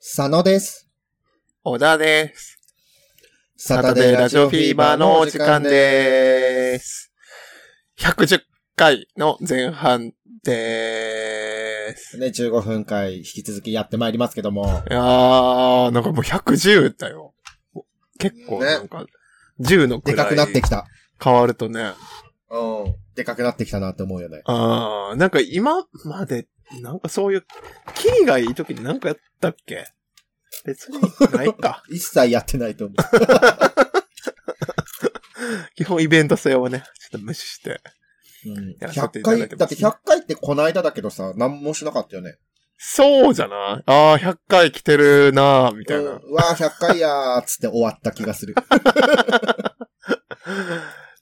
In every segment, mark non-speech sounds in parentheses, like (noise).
佐野です。小田です。ササタデーラジオフィーバーのお時間でーす。110回の前半でーす。す。ね、15分間引き続きやってまいりますけど (laughs) も、いやー、なんかもう110だよ。結構ねなんか、10のでくからくなっていきた。変わるとね。うん。でかくなってきたなって思うよね。。あー、なんか今まで、なんかそういう、キーがいい時になんかやったっけ別にないか (laughs) 一切やってないと思う。基本イベント性をね、ちょっと無視して。うん、やらせ100ていただい回、だてまってす100回ってこの間だけどさ、何もしなかったよね。そうじゃないあー、100回来てるなー、みたいな。うん、うわー100回やーっつって終わった気が (laughs) する。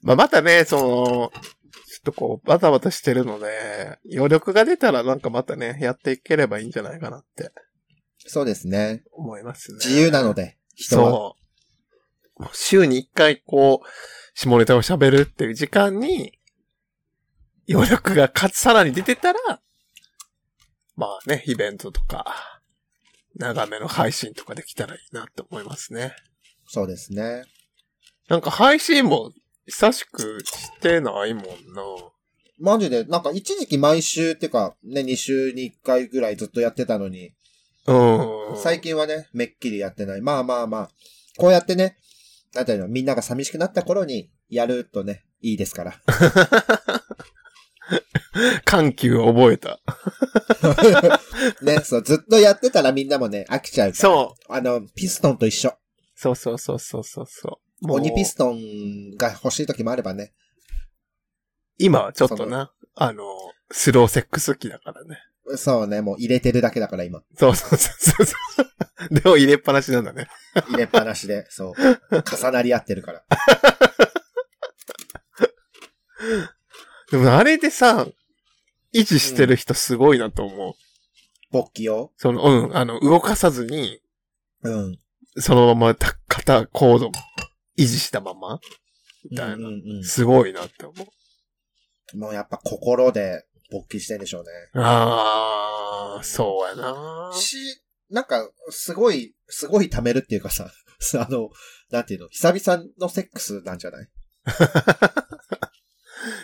まあ、またね、その、ちょっとこう、バタバタしてるので、余力が出たらなんかまたね、やっていければいいんじゃないかなってそうですね。思いますね。自由なので、人は。そう。もう週に一回こう、下ネタを喋るっていう時間に、余力がかさらに出てたら、まあね、イベントとか、長めの配信とかできたらいいなって思いますね。そうですね。なんか配信も久しくしてないもんな。マジで、なんか一時期毎週っていうか、ね、2週に1回ぐらいずっとやってたのに、うん。最近はね、めっきりやってない。まあまあまあ、こうやってね、なんていうの、みんなが寂しくなった頃にやるとね、いいですから。 (laughs) 緩急を覚えた。ね、そう、ずっとやってたらみんなもね、飽きちゃうから。そう。あの、ピストンと一緒。そうそうそうそうそうそう。もう鬼ピストンが欲しい時もあればね。今はちょっとな、あの、スローセックス期だからね。そうね、もう入れてるだけだから今。そうそうそうそう。でも入れっぱなしなんだね。入れっぱなしで、そう。重なり合ってるから。でもあれでさ、維持してる人すごいなと思う。勃起を。その、うん、あの、動かさずに、うん。そのままた肩、コード、維持したまま。みたいなうんうんうんすごいなって思う。もうやっぱ心で勃起してんでしょうね。あー、そうやなし、なんか、すごい、すごい貯めるっていうかさ、 (laughs) あの、なんていうの、久々のセックスなんじゃない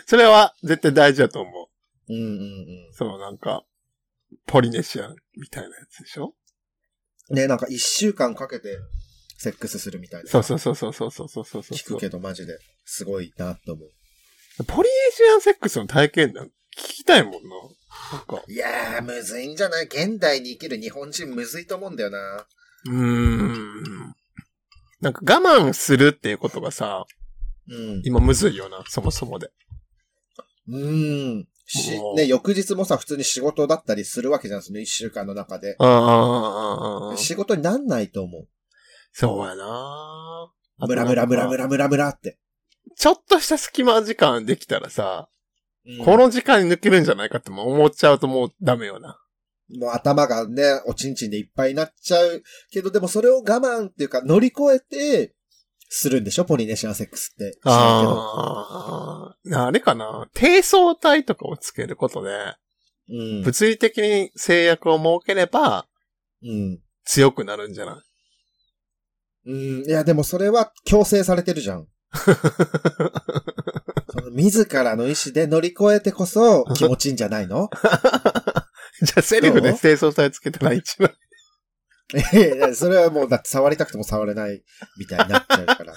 それは絶対大事だと思う。うんうんうそのなんか、ポリネシアンみたいなやつでしょん。ね、なんか一週間かけて、セックスするみたいな。そうそうそうそうそうそうそうそうそう聞くけどマジで、すごいなと思う。ポリネシアンセックスの体験談聞きたいもんな。なんか、いやー、むずいんじゃない現代に生きる日本人むずいと思うんだよな。うーん。なんか我慢するっていうことがさ、うん。今むずいよな、そもそもで。うん。しも、うね、翌日もさ、普通に仕事だったりするわけじゃん、その一週間の中で。ああ、ああ、仕事になんないと思そうやなう。ムラムラムラムラ。ラムラムラって。ちょっとした隙間時間できたらさ、うんこの時間に抜けるんじゃないかっても思っちゃうともうダメよな。もう頭がね、おちんちんでいっぱいになっちゃうけど、でもそれを我慢っていうか乗り越えて、するんでしょポリネシアンセックスって。知らんけどああ、あれかな。低層体とかをつけることで、うん。物理的に制約を設ければうん。強くなるんじゃないうん。いや、でもそれは強制されてるじゃん。その自らの意志で乗り越えてこそ気持ちいいんじゃないの (laughs) (laughs) じゃあセリフでそう低層体つけたら一番。 (laughs) いやいやそれはもうだって触りたくても触れないみたいになっちゃうから。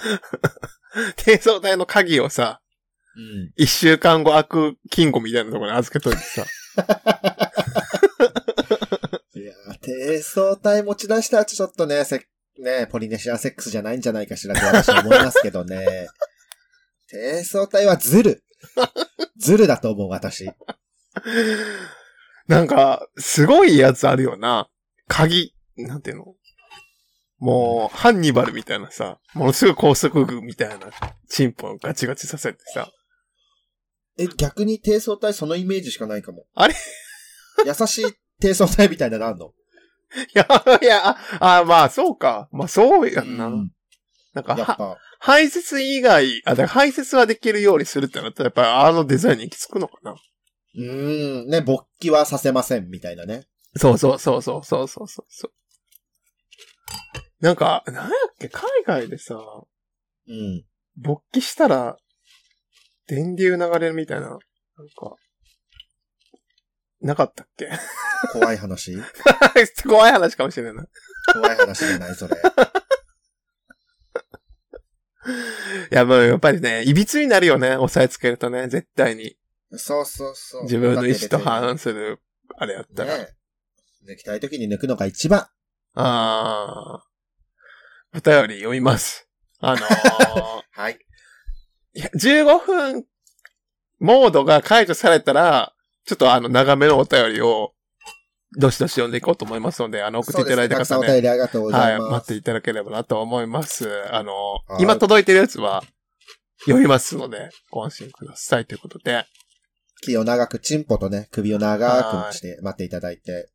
低層体の鍵をさ、うん。一週間後開く金庫みたいなところに預けといてさ。 (laughs) いや、低層体持ち出したらちょっとね、せね、ポリネシアンセックスじゃないんじゃないかしらって私は思いますけど (laughs) ね。低層体はズル。ズルだと思う、私。なんか、すごいやつあるよな。鍵、なんていうのもう、ハンニバルみたいなさ、ものすごい高速具みたいな、チンポをガチガチさせてさ。 (laughs) え、逆に低層体そのイメージしかないかも。あれ優しい低層体みたいなのあんのいや、いや、あ、あまあ、そうか。まあ、そうやんな。うんなんか、やっはぱ、排泄以外、あ、だから排泄はできるようにするってなったら、やっぱりあのデザインに行き着くのかなうーん、ね、勃起はさせませんみたいなね。そうそうそうそうそうそうそう。なんか、なんやっけ、海外でさ、うん。勃起したら、電流流れるみたいな、なんか、なかったっけ (laughs) 怖い話怖い話かもしれない。怖い話じゃない、それ。いや、もうやっぱりね、いびつになるよね、押さえつけるとね、絶対に。そうそうそう。自分の意思と反する、あれやったら。ね抜きたい時に抜くのが一番。あー。お便り読みます。あの (laughs) ーはい。いや、15分モードが解除されたら、ちょっとあの、長めのお便りを、どしどし読んでいこうと思いますので、あの、送っていただいたそうですねくさん方おね、便りありがとうござはいい、ま待っす。ていただければなと思います。あのは、い今届いてるやつは、読みますので、ご安心くださいということで。気を長く、チンポとね、首を長くして待っていただいて。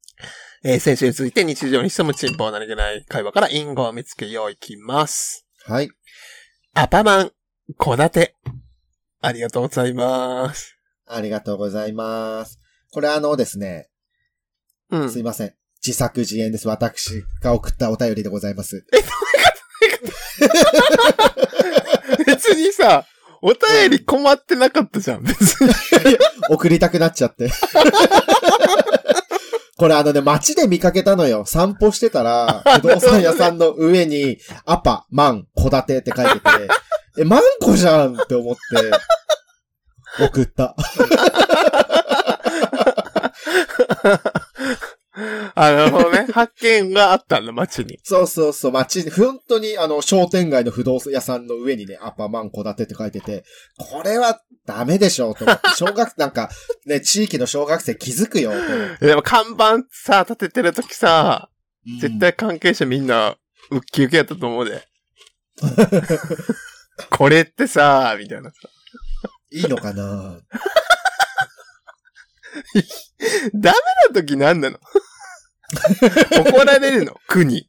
えー先週に続いて日常に潜むチンポを何気ない会話から因果を見つけよういきます。はい。アパマン、小立て。ありがとうございます。ありがとうございます。これあのですね、うん。すいません。自作自演です。私が送ったお便りでございます。別にさ、お便り困ってなかったじゃん、別 (laughs) に。送りたくなっちゃって。 (laughs) これあのね、街で見かけたのよ。散歩してたら、 (laughs) 不動産屋さんの上に、アパ、マン、小建てって書いてて、え、マンコじゃんって思って、送った。あのね、発見があったんだ、街に。そうそうそう、街に、本当にあの、商店街の不動産屋さんの上にね、アパ、マン、小建てって書いてて、これはダメでしょうと思って、小学、なんか、ね、地域の小学生気づくよと思って、でも看板さ、立ててるときさ、うん絶対関係者みんな、ウッキウキやったと思うで。これってさ、みたいな。いいのかなダメな時何なの怒られるの国。 (laughs) い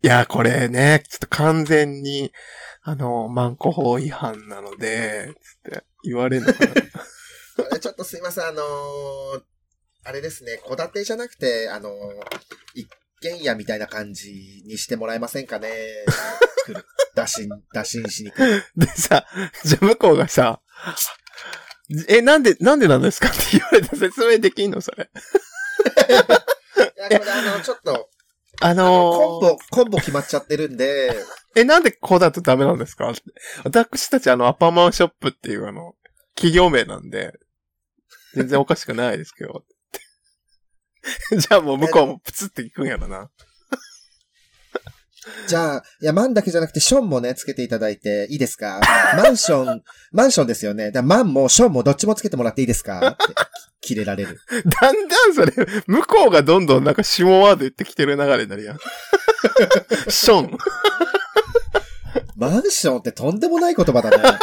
や、これね、ちょっと完全に、あの、マンコ法違反なので、つって言われるのかなこれちょっとすいません、あのーあれですね、戸建てじゃなくて、あのー一軒家みたいな感じにしてもらえませんかね。来る打診、打診しに来る。でさ、じゃあ向こうがさ、え、なんで、なんでなんですかって言われたら説明できんのそれ。いや、これあの、ちょっと、あコンのー、ボ、コンボ決まっちゃってるんで、え、なんでこうだとダメなんですかって私たちあの、アパマンショップっていうあの、企業名なんで、全然おかしくないですけど。 (laughs) じゃあもう向こうもプツっていくんやろな。じゃあ、いや、マンだけじゃなくて、ションもね、つけていただいていいですかマンション、 (laughs) マンションですよね。だマンもションもどっちもつけてもらっていいですかって、切れられる。だんだんそれ、向こうがどんどんなんか下ワード言ってきてる流れになるやん。 (laughs) ション。マンションってとんでもない (laughs) 言葉だね。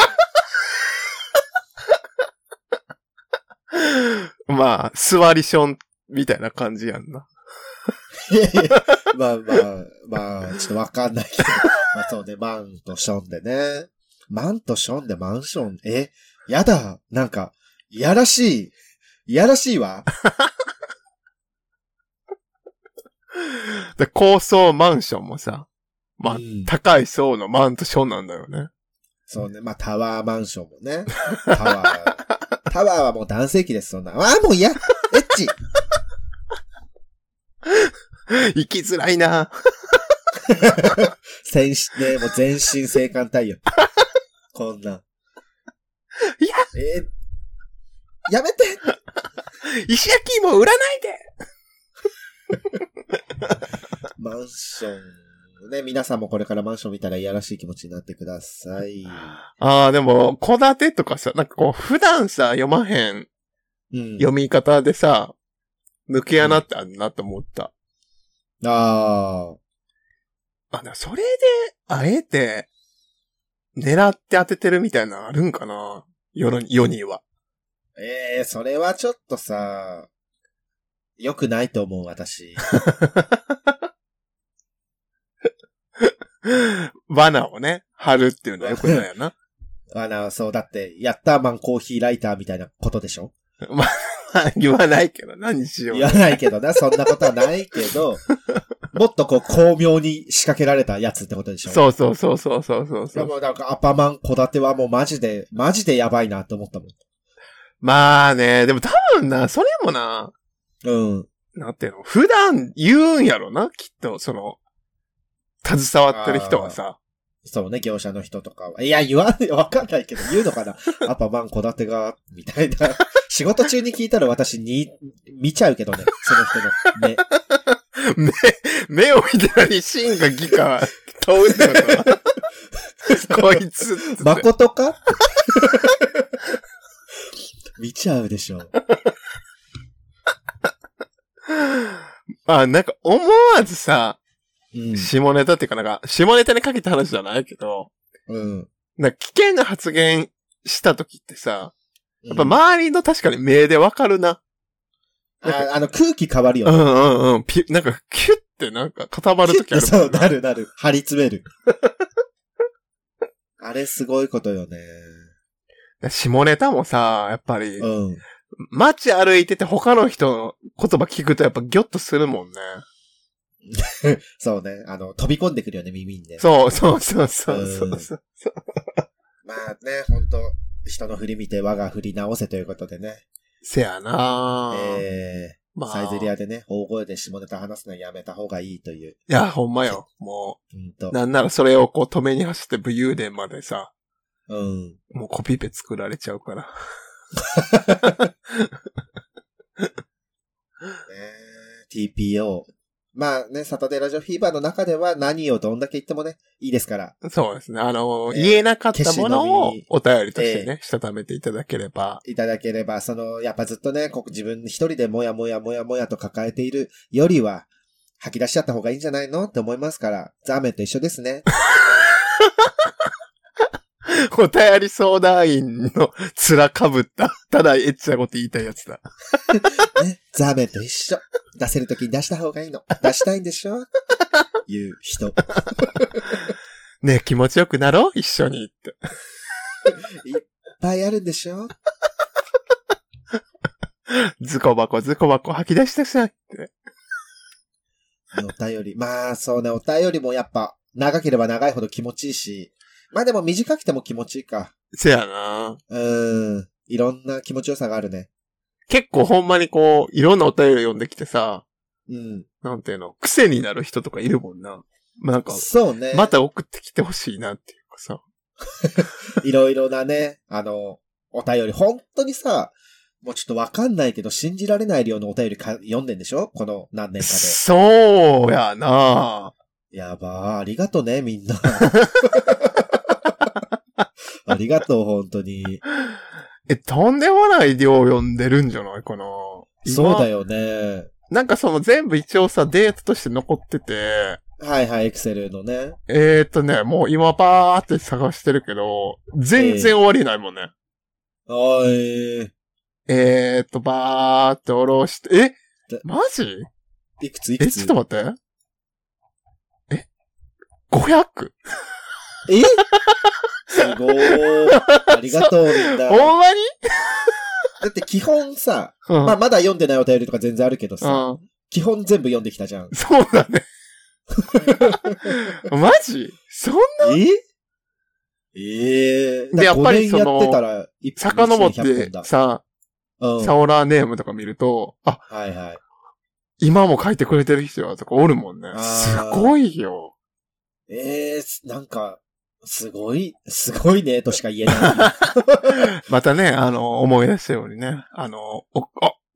まあ、座りションみたいな感じやんな。いやいや、まあまあ、まあ、ちょっとわかんないけど。まあそうね、マンとションでね。マンとションでマンション、え、やだ、なんか、いやらしい。いやらしいわ。で高層マンションもさ、まあうん、高い層のマンとションなんだよね。そうね、まあタワーマンションもね。タワー。タワーはもう男性器です、そんな。ああ、もう嫌エッチ生きづらいな。全身、ね、もう全身性感帯よ。こんなん。いやえーやめて石焼き芋売らないでマンション。ね、皆さんもこれからマンション見たらいやらしい気持ちになってください。ああ、でも、戸建てとかさ、なんかこう、普段さ、読まへんうん。読み方でさ、抜け穴ってあんなと思った。ああ。あ、でもそれで、あえて、狙って当ててるみたいなのあるんかな世の世には。ええそれはちょっとさ、良くないと思う、私。罠をね、張るっていうのはよくないよな。あの、そう、だって、やったーマンコーヒーライターみたいなことでしょまあ、は言わないけど、何しよう。言わないけどな、そんなことはないけど、もっとこう、巧妙に仕掛けられたやつってことでしょそうそうそうそうそうそうそでう。もなんか、アパマン、小立てはもうマジで、マジでやばいなって思ったもまあね、でも多分な、それもな、ん。うん。なんていうの、普段言うんやろな、きっと、その、携わってる人はさ。そうね、業者の人とかは。いや、言わない、わかんないけど、言うのかなアパマン、小立てが、みたいな。仕事中に聞いたら私に、見ちゃうけどね、その人の目。目、目を見たらに芯がギ (laughs) か問うってことはこいつっ (laughs) て。誠か見ちゃうでしょ。あ、なんか思わずさ、うん。下ネタっていうかなんか、下ネタにかけた話じゃないけど、うん。なんか危険な発言した時ってさ、やっぱうん周りの確かに目でわかるな。ああの、空気変わるようねんうんうん。ピュなんか、キュッてなんか固まる時ある (laughs) もそんう、なるなる。張り詰める。 (laughs) あれすごいことよね。な。下ネタもさ、やっぱり、うん。街歩いてて他の人の言葉聞くとやっぱギョッとするもんね。そうね。あの、飛び込んでくるよね、耳にね。そうそうそうそうそうそう。 (laughs) まあね、ほんと、人の振り見て我が振り直せということでね。せやなぁ。ええまあ、サイゼリいアでね、大声で下ネタ話すのはやめた方がいいという。や、ほんまよ。もうんう、と。なんならそれをこう止めに走って武勇伝までさ、うん。もうコピペ作られちゃうから。 (laughs) ね TPO。まあね、サタデーラジオフィーバーの中では何をどんだけ言ってもね、いいですから。そうですね。あの、ええ言えなかったものを消しお便りとしてね、したためていただければ。 (laughs) いただければ、その、やっぱずっとね、こ自分一人でもやもやもやもやと抱えているよりは、吐き出しちゃった方がいいんじゃないのって思いますから、ザーメンと一緒です (laughs) ね。お便り相談員の面かぶった、 (laughs) ただエッチなこと言いたいやつだ。ねザーメンと一緒。出せるときに出した方がいいの。出したいんでしょいう人。ねえ気持ちよくなろう一緒にって。いっぱいあるんでしょズコバコ、ズコバコ吐き出したくないってね。お便り。まあ、そうね、お便りもやっぱ、長ければ長いほど気持ちいいし、まあでも短くても気持ちいいか。せやなうーん。いろんな気持ちよさがあるね。結構ほんまにこう、いろんなお便り読んできてさ、うん。なんていうの、癖になる人とかいるもんな。まあなんか、そうね。また送ってきてほしいなっていうかさ。いろいろなね、あの、お便り、本当にさ、もうちょっとわかんないけど、信じられない量のお便りか読んでんでしょこの何年かそうやなで。やばー、ありがとね、みん (laughs) な。ありがとう、本当に。え、とんでもない量読んでるんじゃないかなそうだよ。よね。なんかその全部一応さ、データとして残ってて、はいはい、エクセルのね。えー、っとね、もう今パーって探してるけど、全然終わりないもんね。おい、えー、っと、ばーって下ろして、えだマジいくついくえ、つちょっと待って。え ?500? えすごー。ありがとう、みんな。だほんまにって基本さ、うん。まあまだ読んでないお便りとか全然あるけどさ、うん。基本全部読んできたじゃん。そうだ (laughs) ね。マジそんなええでやっぱりそのやってたら、一遡っ2100て本ださ、うん。サオラーネームとか見ると、あ、はいはい。今も書いてくれてる人やとかおるもんね。あーすごいよ。ええなんか、すごい、すごいね、としか (laughs) 言えない。またね、あの、思い出したようにね、あの、お、お、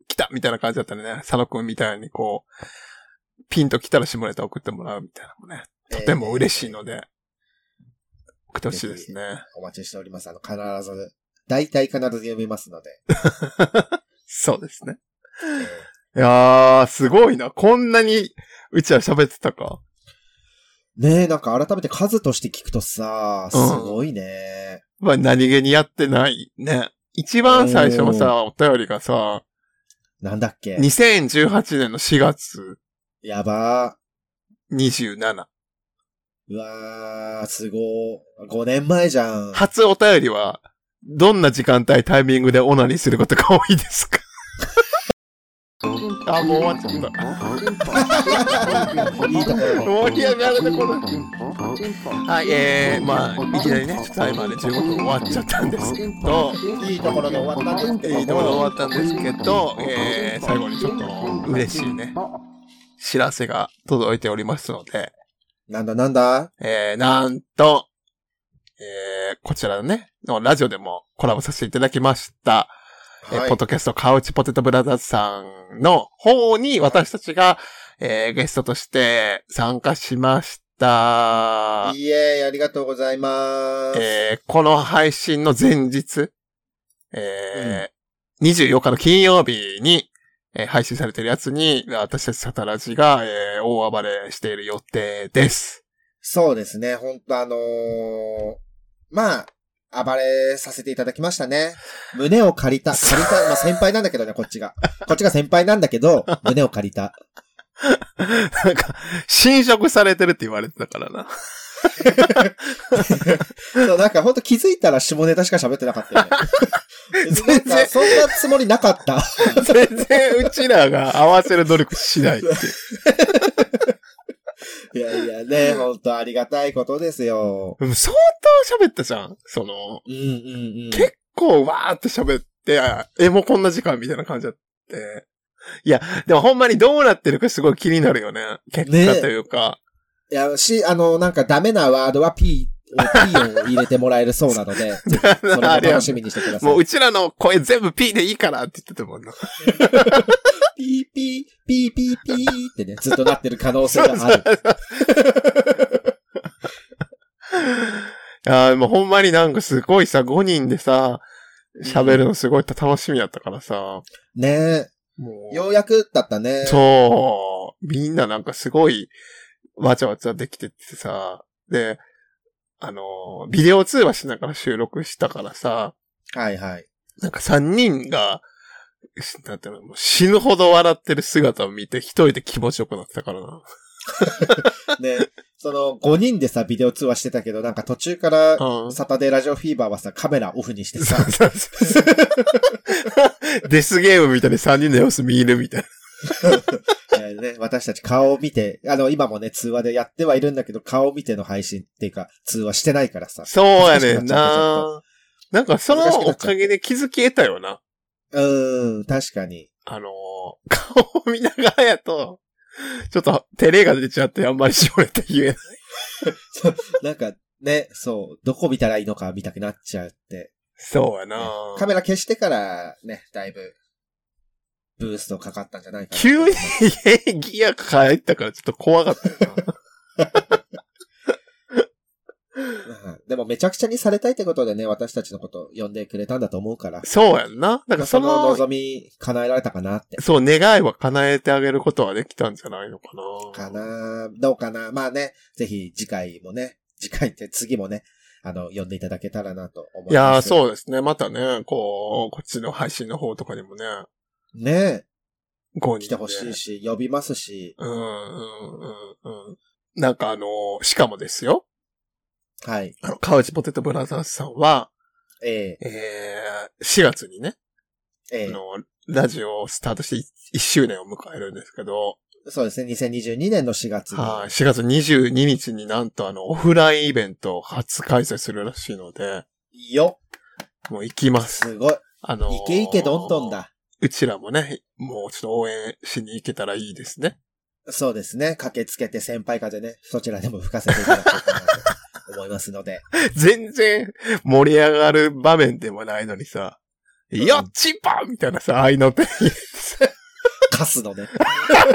来たみたいな感じだったらね、佐野くんみたいにこう、ピンと来たら下ネタ送ってもらうみたいなのもね、とても嬉しいので、送ってほしいですね。お待ちしております。あの、必ず、大体必ず読みますので。そうですね。えーいやー、すごいな。こんなに、うちは喋ってたか。ねえ、なんか改めて数として聞くとさ、すごいね。まあ、何気にやってないね。一番最初のさ、お便りがさ、なんだっけ2018年の4月やばー。27。うわー、すごー。5年前じゃん。初お便りは、どんな時間帯、タイミングでオナニーすることが多いですかあ、もう終わっちゃった。いいところ。盛り上がるね、これ。はい、えー、まあ、いきなりね、ちょっとタイマーで15分終わっちゃったんですけど、いいところで終わったんですいいところで終わったんですけど、えー、最後にちょっと嬉しいね、知らせが届いておりますので、なんだなんだえー、なんと、えー、こちらのね、のラジオでもコラボさせていただきました、えーポッドキャストカウチポテトブラザーズさんの方に私たちが、えーゲストとして参加しました。い。イエーイ、ありがとうございます。えーこの配信の前日、えー24日の金曜日に、えー配信されてるやつに、私たちサタラジが、えー大暴れしている予定です。そうですね、ほんとあのーまあ、暴れさせていただきましたね。胸を借りた。借り (laughs) た。まあ、先輩なんだけどね、こっちが。こっちが先輩なんだけ (laughs) ど、胸を借りた。なんか、 (laughs) 侵食されてるって言われてたからな。そう、なんかほんと気づいたら下ネタしか喋ってなかった (laughs) よね。全然そんなつもりなかった。全然うちらが合わせる努力しないっていう。 (laughs) (laughs) いやいやね、ほんとありがたいことですよ。うん相当喋ったじゃんその、うんうんうん。結構わーって喋って、あえ、もうこんな時間みたいな感じだって。いや、でもほんまにどうなってるかすごい気になるよね。結果というか。いや、し、あの、なんかダメなワードは P を、P を入れてもらえるそうなの (laughs) で、ぜひそれも (laughs) あれや楽しみにしてください。もううちらの声全部 P でいいからって言ってたもんな。ピーピー、ピーピーピーってね、ずっとなってる可能性 (laughs) がある。 (laughs) あーもうほんまになんかすごいさ、5人でさ、喋るのすごい楽しみやったからさ。ねもえ。ようやくだったね。そう。みんななんかすごい、わちゃわちゃできててさ、で、あのー、ビデオ通話しながら収録したからさ、はいはい。なんか3人が、しなんていうの、もう死ぬほど笑ってる姿を見て、一人で気持ちよくなってたからな。ねその、5人でさ、ビデオ通話してたけど、なんか途中から、うん。サタデーラジオフィーバーはさ、カメラオフにしてそさう、そうそうデスゲームみたいに3人の様子見るみたいな。えーね、私たち顔を見て、あの、今もね、通話でやってはいるんだけど、顔を見ての配信っていうか、通話してないからさ。そうやね難しくんなっちゃな。なんかそのおかげで気づき得たよな。うーん、確かに。あのー顔を見ながらやと、ちょっと照れが出ちゃってあんまり絞れて言えない。なんか、ね、そう、どこ見たらいいのか見たくなっちゃうって。そうやなねカメラ消してから、ね、だいぶ、ブーストかかったんじゃないかな。急にギア変えたからちょっと怖かったよ (laughs) な。うんでもめちゃくちゃにされたいってことでね、私たちのこと呼んでくれたんだと思うから。そうやんな。だからそそのの、望み叶えられたかなって。そう、願いは叶えてあげることはできたんじゃないのかかな。などうかなまあね、ぜひ次回もね、次回って次もね、あの、呼んでいただけたらなと思います。いやー、う。そうですね。またね、こう、こっちの配信の方とかにもね、ね5人で来てほしいし、呼びますし、うん、うん、うん、うん。なんかあのーしかもですよ。はい。あの、カウチポテトブラザーズさんは、ええー、4月にね、ー、えあーの、ラジオをスタートして1周年を迎えるんですけど、そうですね、2022年の4月に。はい、4月22日になんとあの、オフラインイベントを初開催するらしいので、よもう行きます。すごい。あのーイケイケどんどん。だ。うちらもね、もうちょっと応援しに行けたらいいですね。 (laughs) そうですね、駆けつけて先輩風ね、そちらでも吹かせていただこうかなと思いますの (laughs) で。全然盛り上がる場面でもないのにさ、んよっちぱみたいなさ、愛の手カスのね。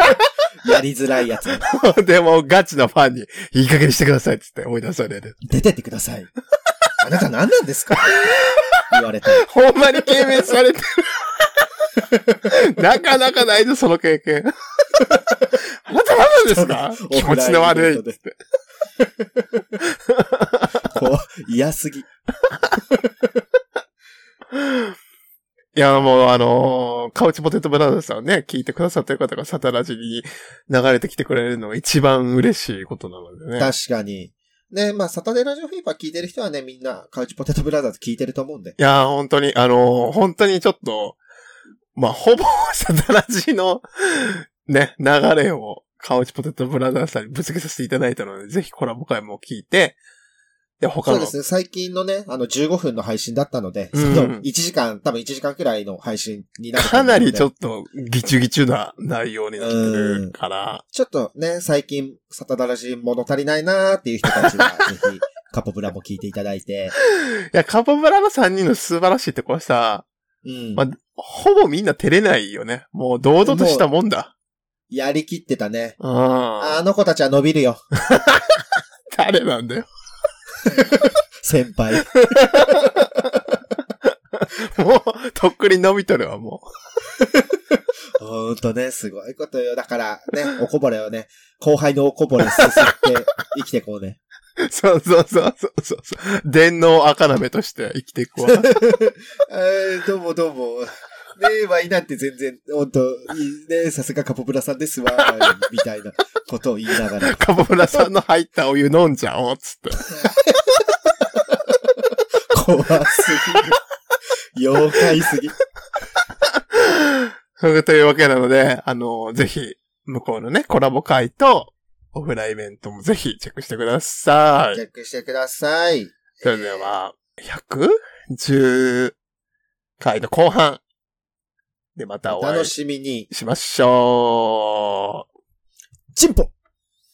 (laughs) やりづらいやつ。 (laughs) でもガチのファンに、いい加減にしてくださいっつって追い出される。出てってください。あなた何なんですか言われて。ほんまに軽蔑されてる。なかなかないぞ、その経験。あなた何なんですか気持ちの悪い。こう、嫌すぎ。いや、もうあのーカウチポテトブラザーズさんね、聞いてくださってる方がサタラジに流れてきてくれるのが一番嬉しいことなのでね。確かに。ね、まあ、サタデーラジオフィーバー聞いてる人はね、みんな、カウチポテトブラザーズ聞いてると思うんで。いや、本当に、あのー本当にちょっと、まあ、ほぼ、サタラジの、ね、流れを、カウチポテトブラザーズさんにぶつけさせていただいたので、ぜひコラボ会も聞いて、で、他そうの、ですね。最近のね、あの、15分の配信だったので、うんその1時間、多分1時間くらいの配信になるとか思うのなでりちょっと、ギチュギチュな内容になってるから、ちょっとね、最近、サタダラジ物足りないなーっていう人たち (laughs) は、ぜひ、カポブラも聞いていただいて、いや、カポブラの3人の素晴らしいとこはさ、うんま。あほぼみんな照れないよね。もう堂々としたもんだ。やりきってたね。うん。あの子たちは伸びるよ。 (laughs) 誰なんだよ。先輩。もう、とっくに伸びとるわ、もほんとね、すごいことよ。だから、ね、おこぼれをね、後輩のおこぼれすす (laughs) って生きてこうね。う。そうそうそうそうそうそう。電脳赤鍋として生きて (laughs) いくわ。えーどうもどうも。ねえ、ワイなんて全然、ほんと、いいね、さすがカポブラさんですわ、みたいなことを言いながら。カポブラさんの入ったお湯飲んじゃおう、つって。怖すぎ (laughs) る。妖怪すぎ。それというわけなので、あの、ぜひ、向こうのね、コラボ会と、オフライベントもぜひチェックしてくださいチ。ェックしてください。それでは、110回の後半でまたおお会楽いしみに。しましょう。チンポ